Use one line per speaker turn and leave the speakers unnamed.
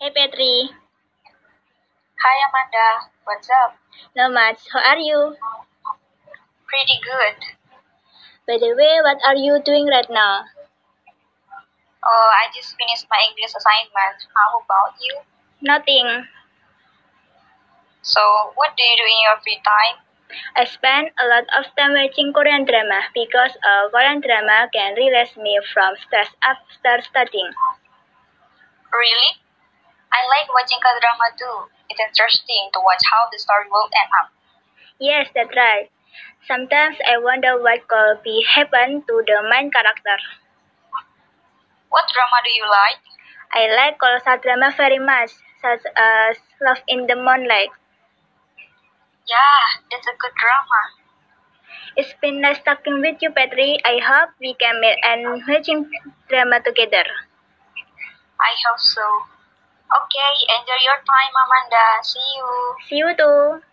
Hey Petri.
Hi Amanda, what's up?
Not much. How are you?
Pretty good.
By the way, what are you doing right now?
Oh, I just finished my English assignment. How about you?
Nothing.
So, what do you do in your free time?
I spend a lot of time watching Korean drama because a Korean drama can release me from stress after studying.
Really? I like watching K-drama too. It's interesting to watch how the story will end up.
Yes, that's right. Sometimes I wonder what could be happen to the main character.
What drama do you like?
I like Korean drama very much, such as Love in the Moonlight.
Yeah, that's a good drama.
It's been nice talking with you, Petri. I hope we can meet and watching drama together.
I hope so. Okay, enjoy your time, Amanda. See you.
See you too.